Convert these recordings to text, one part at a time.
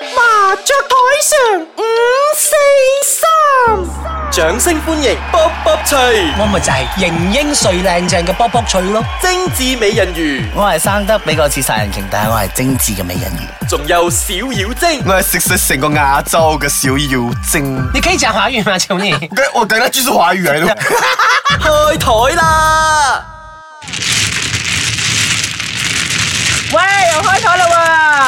麻雀台上五四三，掌聲歡迎卜卜脆，我咪就係型英帥靚正嘅卜卜脆咯，精緻美人魚，我係生得比較似殺人鯨，但係我係精緻嘅美人魚。仲有小妖精。我係食食成個亞洲嘅小妖精。你可以講華語嗎，求你？我我等下繼續華語嚟咯。開台啦！ 喂，又開台啦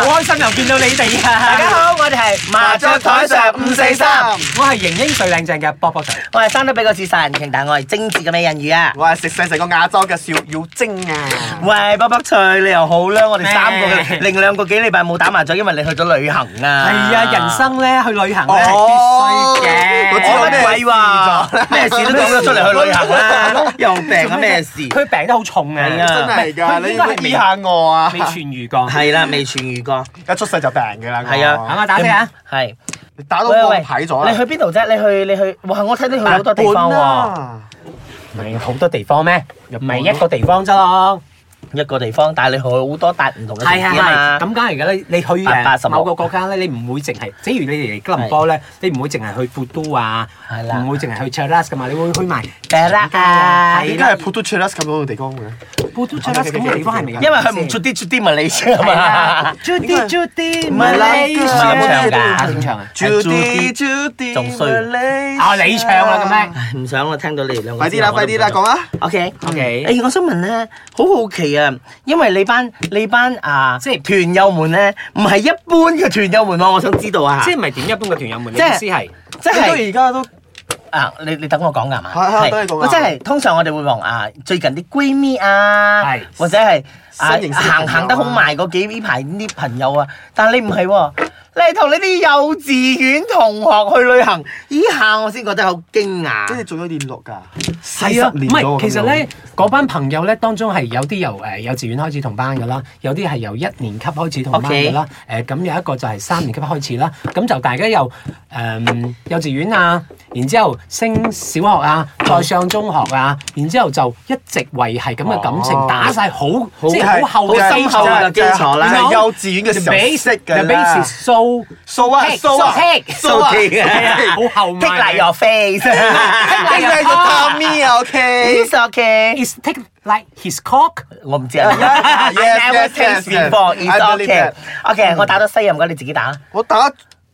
喎！好開心又見到你哋啊！大家好，我哋係麻雀台上五四三，我係型英帥靚正嘅卜卜仔，我係生得比較似殺人鯨，但係我係精緻嘅美人魚啊！我係食食成個亞洲嘅小妖精啊！喂，卜卜脆，你又好啦，我哋三個咩另兩個幾禮拜冇打麻雀，因為你去咗旅行啊！係啊，人生咧去旅行咧係哦必須嘅。我知道我咩乜鬼 喎？咩事都講咗出嚟去旅行啦，又病啊咩事？佢病得好重啊！係啊真係㗎，佢你應該要係醫未下我啊！未痊愈過。係啦，未痊愈過，一出世就病㗎啦，我係啊等我打聽下。係。你打到喂我喂，睇咗你去啦。邊度啫？你去你去，哇！我睇到去好多地方 à. à. 喎，啊！唔係好多地方咩？唔係一個地方啫咯。一個地方，但係你去好多笪唔同嘅係係城市啊係。嘛。咁梗係㗎啦，你去八八十誒六某個國家咧，你唔會淨係，假如你嚟吉隆坡咧，你唔會淨係去富都啊，係啦唔會淨係去 Cheras 㗎嘛，你會去埋係啦啊係點解啦係 Putu Cheras 咁多個地方嘅？富都 Cheras 咁嘅地方係咪有？因為佢唔出啲出啲咪你知啊嘛。 Judy Judy 係啦 Malaysia 咁唱㗎點唱啊？ Judy， Judy，仲衰啊，你唱啦咁咧。唉唔想啦，聽到你哋兩個快啲啦，快啲啦，講啦！ O K OK 誒，我想問咧，好好奇啊，因為你班你班啊，即即係係團友們咧，唔係一般嘅團友們喎，我想知道啊。即係唔係點一般嘅團友們？你即係意思係即係你到而家都啊！你你等我講㗎嘛？係係等你講啊即係通常我哋會望啊，最近啲閨蜜啊係，或者係啊新型小朋友啊行行得好埋嗰幾呢排啲朋友啊，但係你唔係喎，你係同你啲幼稚園同學去旅行，呢下我先覺得好驚即係訝。仲有聯絡係㗎，啊，四唔十年咯係其實咧，嗰班朋友咧當中係有啲由誒幼稚園開始同班噶啦，有啲係由一年級開始同班噶啦，誒咁有一個就係三年級開始啦，咁就大家由誒幼稚園啊，然之後升小學啊，再上中學啊，然之後就一直維係咁嘅感情哦，打晒好即即係好厚好嘅深基厚礎。嘅基礎啦即係 No，幼稚園嘅時 The 候 base 識 the 㗎啦 base is so 數啊 thick，數啊 so thick，數啊 so thick，係啊好厚 Take 嘛 like your face，It's 你 係個探咪啊，OK？ okay， is take like his cock。我唔知啊。 Yeah, yes, I yes, never taste yes, before. I It's believe okay. that. OK，我打咗西啊，唔該你自己打。我打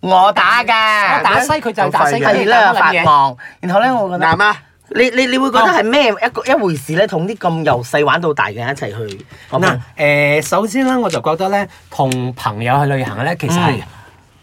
我打㗎。我打西佢就打西，佢係哋打啦，發乜嘢？夢。然後咧，我覺男得啊，你你你會覺得係咩一個一回事咧？同啲咁由細玩到大嘅一齊去嗱，誒，首先咧，我就覺得咧，同朋友去旅行咧，其實係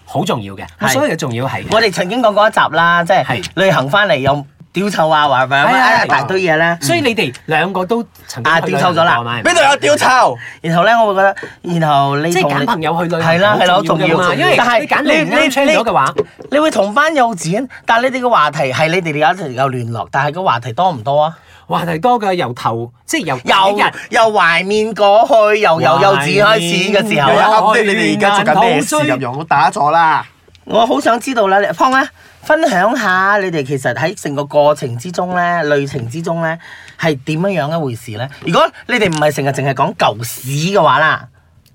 好重要嘅。係所以重要係，我哋曾經講過一集啦，即係係旅行翻嚟又屌臭啊，話咪係啊係啊啊一大堆嘢咧。所以你哋兩個都曾經啊去掉頭咗啦旅行過嘛係咪邊度有屌臭？然後咧，我會覺得，然後你即係同揀你朋友去旅行係啦係啦，好重要㗎嘛因為但係你揀你唔啱 channel 咗嘅話，你會同班幼稚園，但係你哋嘅話題係你哋有一齊有聯絡，但係個話題多唔多啊？話題多嘅，由頭即係由又第一日。又懷緬過去，又由幼稚開始嘅時候啊又有啦。 update 你哋而家做緊咩事咁樣？我打咗啦，我好想知道啦，你方咧分享下你哋其實喺成個過程之中咧、旅程之中咧係點樣樣一回事咧？如果你哋唔係成日淨係講舊屎嘅話啦，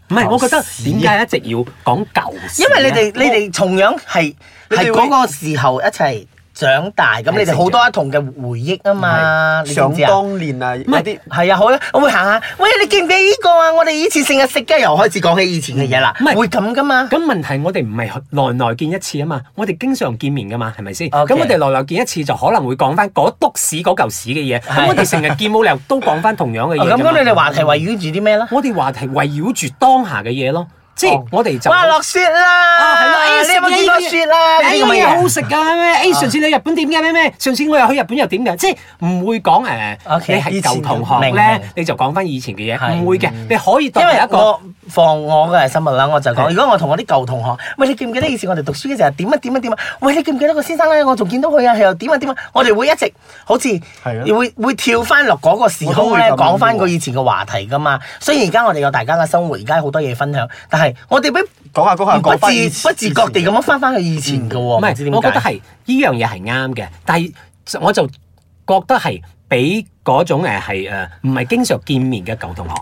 唔係，我覺得點解一直要講舊事因呢？為你哋你哋同樣係你哋係會嗰個時候一齊長大，咁你哋好多一同嘅回憶啊嘛，你知想唔知啊？當年啊，有啲係啊，好啦，我會行下。喂，你記唔記呢個啊？我哋以前成日食嘅，又開始講起以前嘅嘢啦。唔係會咁噶嘛？咁問題我哋唔係耐耐見一次啊嘛，我哋經常見面噶嘛，係咪先？咁 OK 我哋耐耐見一次就可能會講翻嗰篤屎嗰嚿屎嘅嘢，係咁我哋成日見冇理由都講翻同樣嘅嘢哦咁㗎嘛。咁，你哋話題圍繞住啲咩啦？我哋話題圍繞住當下嘅嘢咯，即係我哋就哦哇！落雪啊係啦，咯，你有冇見過雪啦？呢呢啊啲個咁嘅嘢嘢哎好食㗎咩？誒哎上次你日本點嘅咩咩？上次我又去日本又點嘅？即係唔會講誒 OK，你係舊同學明明咧，你就講翻以前嘅係嗯嘢，唔會嘅，你可以當因係為一個我放我嘅生物啦，我就講，係如果我同我啲舊同學，喂，你記唔記得以前我哋讀書嘅時候點啊點啊點啊？喂，你記唔記得個先生咧？我仲見到佢啊，佢又點啊點啊？我哋會一直好似係啊會會跳翻落嗰個時空咧，我都會咁講翻個以前嘅話題噶嘛。雖然而家我哋有大家嘅生活，而家好多嘢分享，但係我哋不講下講下不講翻以自前不自覺地咁樣翻翻去以前嘅喎，唔唔知係，點我覺得解。係呢樣嘢係啱嘅，但係我就覺得係俾嗰種誒係誒唔係經常見面嘅舊同學。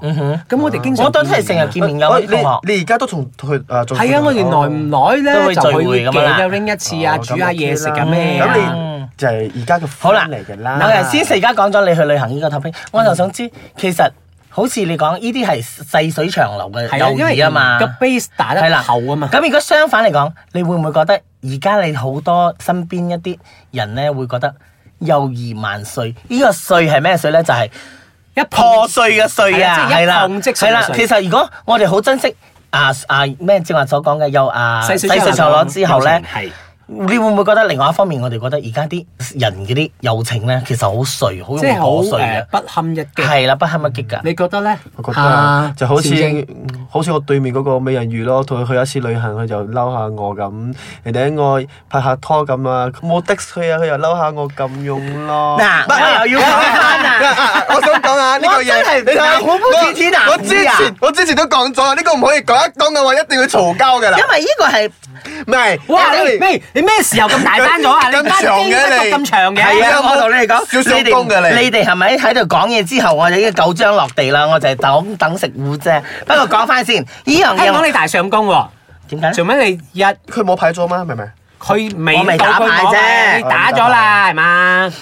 咁我哋經常嗯啊我都係成日見面有喂啲同學。你你而家都同佢誒 仲係啊，我哋耐 Ờ, 唔耐都咧會就聚會去咁樣啦 gathering 一次啊，哦煮下嘢食啊咁咩咁啊。你就係而家嘅好啦，嚟嘅啦。有人先，而家講咗你去旅行呢個 topic，我就想知其實好似你講呢啲係細水長流嘅係啊，友因為誼啊嘛個。base 打係得啦厚啊嘛。咁如果相反嚟講，你會唔會覺得而家你好多身邊一啲人咧會覺得友誼萬歲？呢、個歲係咩歲咧？就係、一破碎嘅碎啊，係係啦啦，即係一碰即碎嘅碎係啦。其實如果我哋好珍惜啊啊咩，正話所講嘅有啊細水長流之後咧，係你會唔會覺得另外一方面，我哋覺得而家啲人嗰啲友情咧，其實好碎，好即容易係好破碎誒嘅，不堪一擊。係啦，不堪一擊㗎。你覺得咧？我覺得就好似趙正好似我對面嗰個美人魚咯，同佢去一次旅行，佢就嬲下我咁，人哋喺外拍下拖咁啊，冇的佢啊，佢又嬲下我咁樣咯。嗱，我又要講翻啦。啊我想講啊，呢個我真係嘢，你睇下嗱我不似天男子啊我我之前我之前都講咗啊，呢個唔可以講一講嘅話，一定要嘈交㗎啦因。為呢個係唔係，哇！因你為咩？你咩時候咁大單咗啊？你 咁班長經嘅得你咁長嘅，係係啊，啊我同你哋少講，少你功㗎哋你你哋係咪喺度講嘢之後，我就已經九張落地啦？我就係等等食糊啫。不過講翻先，呢樣聽講嘢你大上工喎，點解做咧？咩你一佢冇牌咗嘛，明唔明？佢未我未到打佢牌攞啫牌你打咗啦係嘛？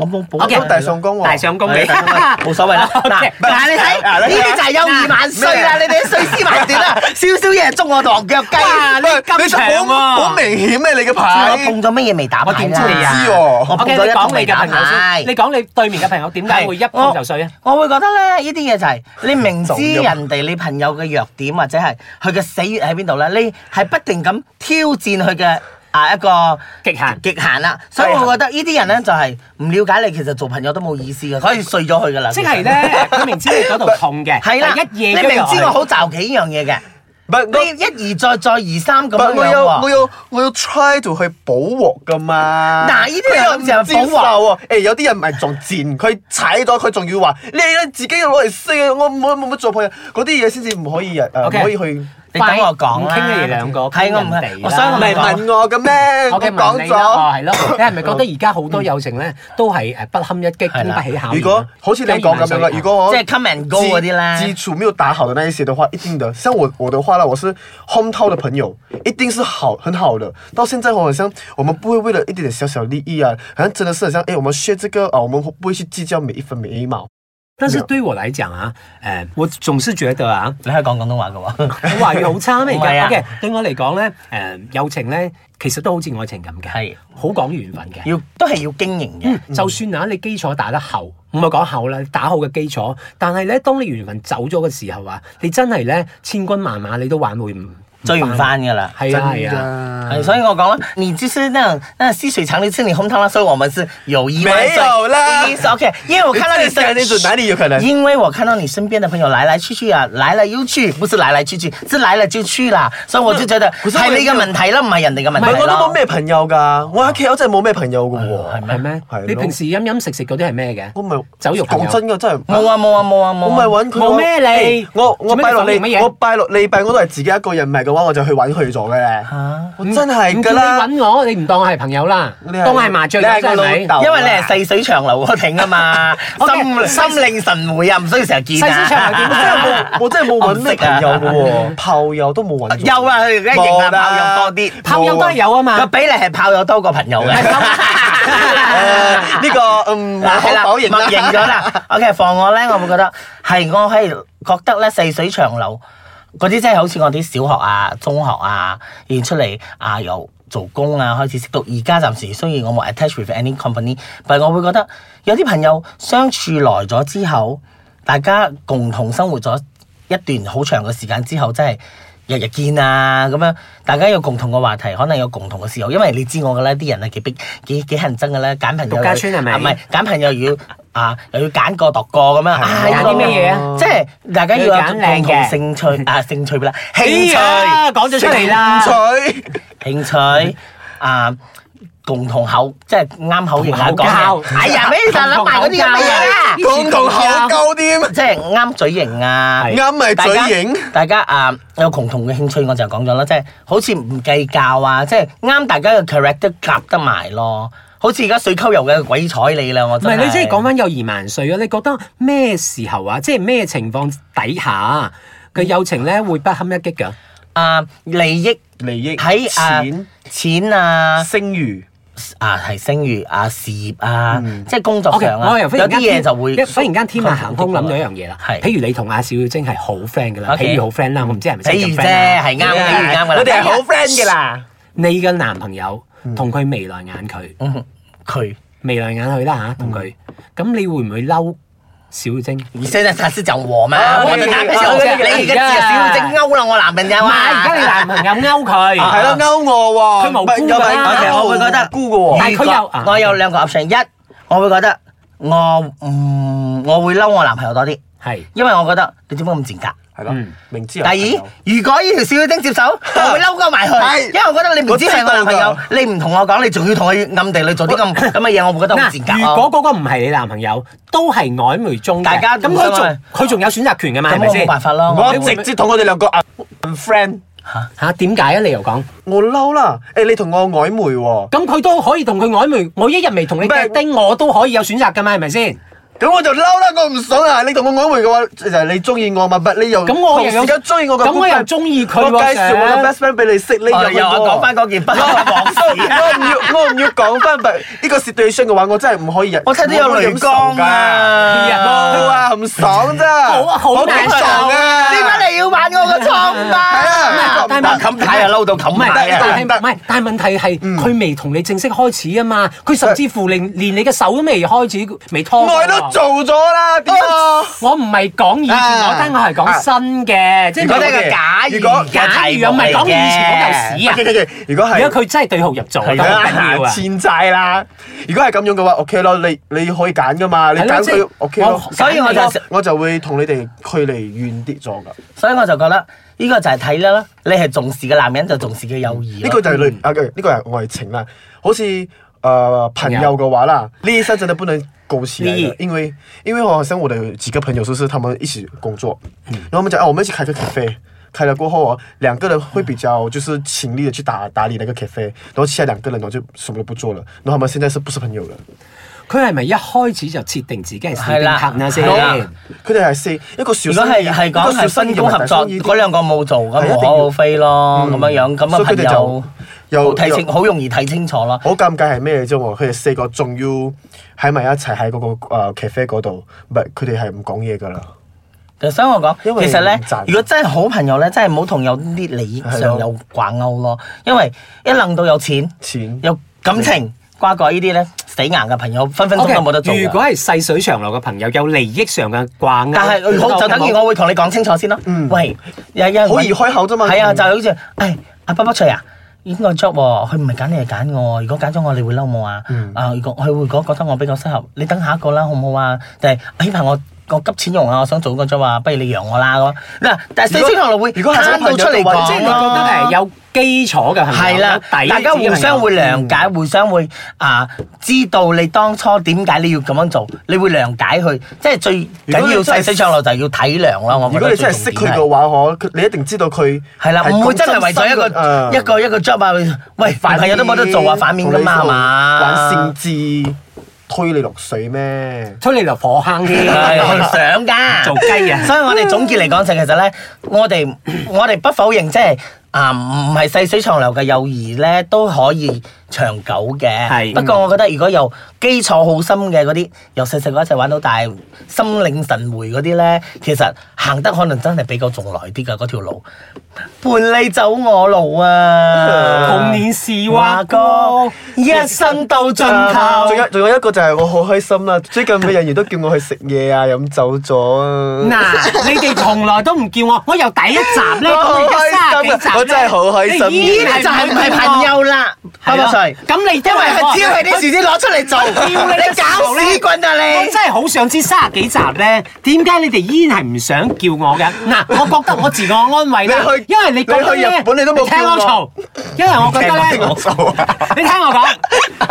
我冇補 OK 都大上工喎，大上工你係大上工冇所 謂啦。嗱 OK，嗱，你睇嗱呢啲就係友誼萬歲啦！你哋啲碎屍萬段啦，少少嘢捉我堂腳雞。啊哇你喂咁就長喎好好明顯咩？你嘅我牌碰咗乜嘢未打我牌點啦？知你啊知喎我碰 OK，咗你一個講未你嘅打朋友牌先，你。講你對面嘅朋友點解會一碰就碎啊？我我會覺得咧，呢啲嘢就係、你明知人哋你朋友嘅弱點或者係佢嘅死穴喺邊度咧，你係不斷咁挑戰佢嘅啊一個極限極限啦。所以我覺得呢啲人咧就係唔了解你，其實做朋友都冇意思嘅，可以碎咗佢噶啦。即係咧，佢明知你嗰度痛嘅，係啦，但一夜你明知我好好就忌呢樣嘢嘅，唔係我你一而再再而三咁唔係樣我樣有我喎。有我有 try to 去補鑊噶嘛。嗱呢啲人就係補鑊佢又唔接受喎。誒有啲人唔係仲賤，佢踩咗佢仲要話你你自己要攞嚟識啊！我冇冇乜做朋友，嗰啲嘢先至唔可以誒，唔 OK 可以去。你等我講唔啦。傾你哋兩個，係我傾人唔係，哋我啦所以我唔係咪講問我嘅咩？我我嘅問講你啦，哦咗。係咯，你係咪覺得而家好多友情咧都係誒不堪一擊、經不起考驗啊？如果好似你講咁樣友誼萬嘅，歲如果我即係 come and go 嗰啲基基咧，礎沒有打好的那一些的话，一定的。像我我的话呢，我是 home town 的朋友，一定是好很好的。到现在我好像我们不会为了一点点小小利益啊，好像真的是很像哎，我们 share 这个啊，我们不会去计较每一分每一毛。但是對我來講啊，誒、我總是覺得啊，你可以講廣東話嘅 喎。我華語好差咩而唔係家啊？OK，對我嚟講咧，誒、友情咧其實都好似愛情咁嘅，係好講緣分嘅。要都係要經營嘅。嗯 就算啊，你基礎打得厚，唔係講厚啦，打好嘅基礎，但係咧，當你緣分走咗嘅時候啊，你真係咧千軍萬馬你都挽回唔追唔，翻噶啦。哎係啊係啊。啊係，所以我講啦，你就是那種那细水長流吃你紅湯啦，所以我們是友誼萬歲沒有啦意思 OK，因為我看到你身你自己想那種哪裡有可能因為我看到你身邊的朋友來來去去啊，來了又去，不是來來去去，是來了就去啦，所以我就覺得嗯可是我係你嘅問題啦，唔係人哋嘅問唔係題我都冇咯。咩朋友㗎，我喺 K L 真係冇咩朋友㗎喎。係咩係？咯你平時飲飲食食嗰啲係咩嘅？我唔係酒肉朋友講真㗎，真係冇啊冇啊冇啊冇我啊！咪揾佢咯冇咩你誒我我做咩拜你六否認乜禮嘢我拜六禮拜我都係自己一個人，唔係嘅話我就去揾佢咗嘅咧。嚇我真係㗎啦。唔叫你揾我，你唔當我係朋友啦，你係當我係麻雀友你係真個係老咪豆？因為你係細水長流嗰挺 啊嘛， OK，心心領神會啊，唔需要成日見啊。細水長流 點我真係冇，我真係冇揾咩朋友嘅喎，炮友都冇揾。有啦，佢而家型啊炮友多啲，炮 友都係有啊嘛個。比例係炮友多過朋友啊嘅。誒 呢個嗯，無可係啦否認默認啦。咗啦。OK，放我咧，我會覺得係我係覺得咧細水長流嗰啲真係好似我啲小學啊、中學啊，然出嚟啊又做工啊，開始識到而家暫時雖然我冇 attach with any company，但係我會覺得有啲朋友相處耐咗之後，大家共同生活咗一段好長嘅時間之後，真係。日日見啊，咁樣大家有共同嘅話題，可能有共同嘅嗜好，因為你知我嘅啦，啲人啊幾逼幾幾恨憎嘅啦，揀朋友獨家村係咪啊唔係揀朋友要啊，又要揀個度個咁樣，啊揀啲咩嘢啊？即係大家要要有揀靚共同嘅興趣啊，興趣啦，興哎趣呀，講咗出嚟啦。取興趣啊。共同口即係啱口型口口交講嘅，哎呀，俾你就諗埋嗰啲咁嘅嘢啦，共同口鳩添，即係啱嘴型啊，係啱咪大嘴家型。大家啊有共同嘅興趣，我就講咗啦，即係好似唔計較啊，即係啱大家嘅 character 夾得埋咯。好似而家水溝油嘅鬼睬你啦，我唔真係係。你即係講翻幼兒萬歲啊！你覺得咩時候啊？即係咩情況底下嘅嗯友情咧會不堪一擊㗎？啊利益利益喺啊錢錢啊聲譽。啊提升譽啊事業啊，即係工作 O.K. 上我啊，又有忽然啲間嘢天就會一忽然間天馬行空諗到一樣嘢啦。係譬如你同阿小妖精係好 friend 㗎啦， OK 譬如好 friend 啦，我唔知係咪真比係喻咁啫， friend 啦係啱嘅，比喻啱嘅啦。我哋係好 friend 嘅啦。你嘅男朋友同佢眉來眼去，佢眉來眼去啦吓，同佢，咁你會唔會嬲小妖精？你現在才是講我嘛？啊我我的哋男朋我友，哋而你而家只家係小妖精勾啦我男朋友唔啊！係，而家你男朋友 勾佢，係咯，勾我喎，佢無辜㗎唔係啊唔係我會覺得無辜嘅喎。但係佢又啊我有兩個 option，一我會覺得我嗯我會嬲我男朋友多啲，係因為我覺得你點解咁賤格？係咯嗯，明知第有朋二，友。如果呢條小妖精接手，我會嬲鳩埋佢，係因為我覺得你唔知係我男朋友我，你唔同我講，你仲要同佢暗地裏做啲咁咁嘅嘢，我會覺得好賤格嗱，啊如果嗰個唔係你男朋友，都係曖昧中嘅大家唔咁佢相愛仲佢仲有選擇權㗎嘛？係咁咪我冇先？辦法咯。我我直接同我哋兩個 friend，嚇點解啊？你又講，我嬲啦！誒，你同我曖昧喎，咁佢都可以同佢曖昧，我一日未同你唔係釘釘，我都可以有選擇㗎嘛？係咪先？咁我就嬲啦！我唔爽啊！你同我曖昧嘅話，就係你中意我嘛，不你又咁我又同時間中意我嘅，咁我又中意佢我喎介紹我嘅 best friend 俾你識，你我又又講翻嗰件不幸嘅往事。 我唔要，我唔要講翻呢個 situation 嘅話，我真係唔可以忍。我睇到有淚光啊！忍冇啊，唔爽咋！好啊好難受爽啊！點解你要玩我個錯誤係啊？啊，但係嗱近排啊嬲到咁唔係，埋啊！但係唔係，但係問題係佢未同你正式開始啊嘛，佢甚至乎連連你嘅手都未開始，未拖過。我都做咗啦，點啊？我唔係講以前嗰單，我係講新嘅，即係如果呢你個假如如果嘅假題如啊，目唔係嚟講以前嗰嚿嘅，屎啊！如果係如果佢真係對號入座，咁係好緊要 啊，啊！欠債啦。如果係咁樣嘅話，OK 咯，你你可以揀噶嘛，你係咯揀即係佢 OK 咯。我所以我就揀你咯我就會同你哋距離遠啲咗噶。所以我就覺得呢個就係睇啦，你係重視嘅男人就重視嘅友誼咯。呢個就係嗯類啊，呢個係愛情啦。好似誒、呃朋友嘅話啦，利益上真的不能勾起來利的益，因為因為我好像我的有幾個朋友，就是他們一起工作，嗯然後我們講啊，我們一起開個咖啡。開了過後哦，兩個人會比較就是勤力的去打打理那個咖啡，然後其他兩個人呢就什麼都不做了，然後他們現在是不是朋友了？佢係咪一開始就設定自己係係小啦丁客呢先？係啦佢哋係四一個小如生果意，係一係講個小係生意分工同埋合作，大生意嗰兩個冇做咁係一定要無嗯可厚非咯，咁樣樣咁啊所以佢朋哋就友又睇清又好容易睇清楚咯。好尷尬係咩啫喎？佢哋四個仲要喺埋一齊喺嗰個誒咖啡嗰度，唔係佢哋係唔講嘢噶啦。所以我講，因為其實咧唔賺，如果真係好朋友咧，真係唔好同有啲利益上係咯有掛鈎咯，因為一諗到有錢、錢有感情瓜葛呢啲咧，死硬嘅朋友分分 O 鐘 K，都冇得做㗎如果係細水長流嘅朋友，有利益上嘅掛鈎，但係好就等於我會同你講清楚先咯。喂，有有人嗯好易開口啫嘛係啊，就好似，誒阿北北翠啊。應該 job 喎，佢唔係揀你係揀我。如果揀咗我，你會嬲我啊？嗯啊，如果佢會覺覺得我比較適合，你等下一個啦，好唔好啊？定係呢排我我急錢用啊，我想做個 job 啊，不如你讓我啦咁。嗱，但係四星同路會如果係攤到出嚟講，啊即係你覺得係有基礎嘅朋友，嗯係啦有，底大家互相會諒解，互相會啊知道你當初點解你要咁樣做，你會諒解佢，即係最如果緊你要真係細水長流就係要體諒啦。我覺如得果你真係識最佢重點係嘅話，我佢你一定知道佢係啦，唔會真係為咗一個誒一個一個 job 啊，喂，凡朋友都冇得做啊，反面噶嘛係嘛玩性？志推你落水咩？推你落火坑添，係我哋想㗎，做雞啊所以我哋總結嚟講就其實咧，我哋我哋不否認即係啊，唔係細水長流嘅友誼咧都可以長久嘅。係不過我覺得如果由基礎好深嘅嗰啲，由細細個一齊玩到大，心領神會嗰啲咧，其實行得可能真係比較仲耐啲㗎嗰條路。伴你走我路啊！童年是話華歌哥，，一生到盡頭。啊仲有仲有一個就係我好開心啦！最近嘅人員都叫我去食嘢啊，飲酒咗啊！嗱，你哋從來都唔叫我，我由第一集咧，我好咁你而家開三十幾集咧心啊我真係好開心你依呢然啲就係唔係朋友啦，係係咯咪瑞？咁你都因為係佢只要係啲事先攞出嚟做，你搞屎棍啊我你真！係好想知三十幾集咧，點解你哋依然係唔想叫我嘅？嗱，我覺得我自我安慰啦你去，因為你覺得你去咧，日本你都冇聽我叫嘈我，因為我覺得聽我咧，做啊！你聽我講，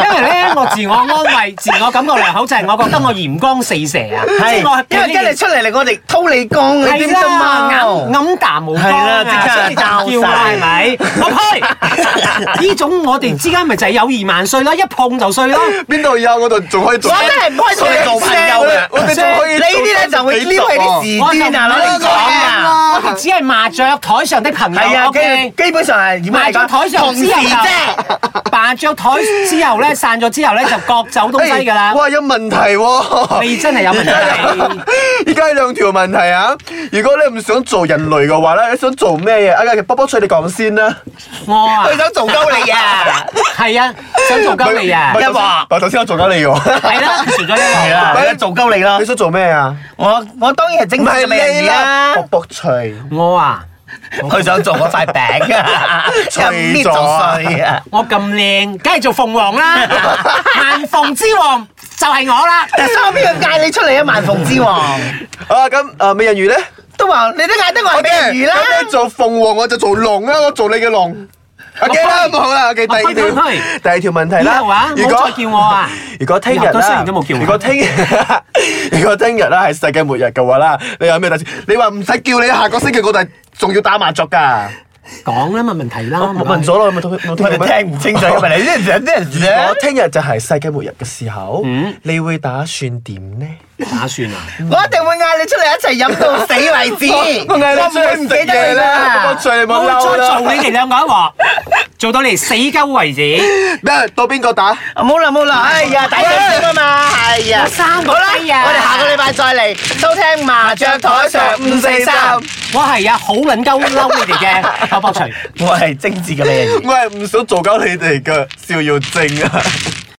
因為咧我自我安慰、自我感覺良好，就係我覺得我炎光四射啊，即係我因為跟你出嚟嚟，我哋偷你光，你點係啊啦，啫嘛？暗暗淡無光係啦即刻啊，所以就叫我爆晒係咪？我呸！ 呢種我哋之間咪就係友誼萬歲啦，一碰就碎啦。邊度有我哋仲可以做？我哋仲可以啊做我就唔係講㗎啊我哋只係麻雀台上的朋友。o 啊 k 麻雀台上之後就，麻雀台之後咧散咗之後咧就各走東西㗎啦。哎哇，有問題喎！你真係有問 題。依家有兩條問題啊！如果你唔想做人類嘅話咧，你想做咩嘢？啊，其實波波翠你講先啦。我啊，係啊，想做鳩你啊唔係，音樂我頭先我做緊你喎。係啦，除咗呢個啦。你想做咩啊？唔係你啊 啦，波波翠。我啊， 我咁靚，梗係做鳳凰 啦，萬鳳之王就係我啦。啊，咁啊，美人魚咧？咁你做鳳凰，我就做龍啦，我做你嘅龍。OK 啦，我幫你咁好啦，OK，第二條，我幫你去第二條問題以啦。後啊，如唔好果再叫我啊。 如果聽日嗱佢啦，雖然都冇叫我如果聽日， 如果聽日啦係世界末日嘅話啦，你有咩打算？你話唔使叫你下個星期我哋仲要打麻雀㗎。講啦，問問題啦。哦我問咗啦，你咪同冇聽過咩？ 我聽日就係世界末日嘅時候，嗯你會打算點呢？打算啊？我最我冇會嬲再做你啦。哋兩個一鑊，做到你哋死鳩為止。咩？到邊個打？冇啦冇啦，哎呀，抵死啊嘛，係啊，我三個好啦，雞啊我哋下個禮拜再嚟收聽麻雀台上五四三，我係啊，好撚鳩嬲你哋嘅阿博除。 我係精緻嘅美人魚我係唔想做鳩你哋嘅，邵耀正啊！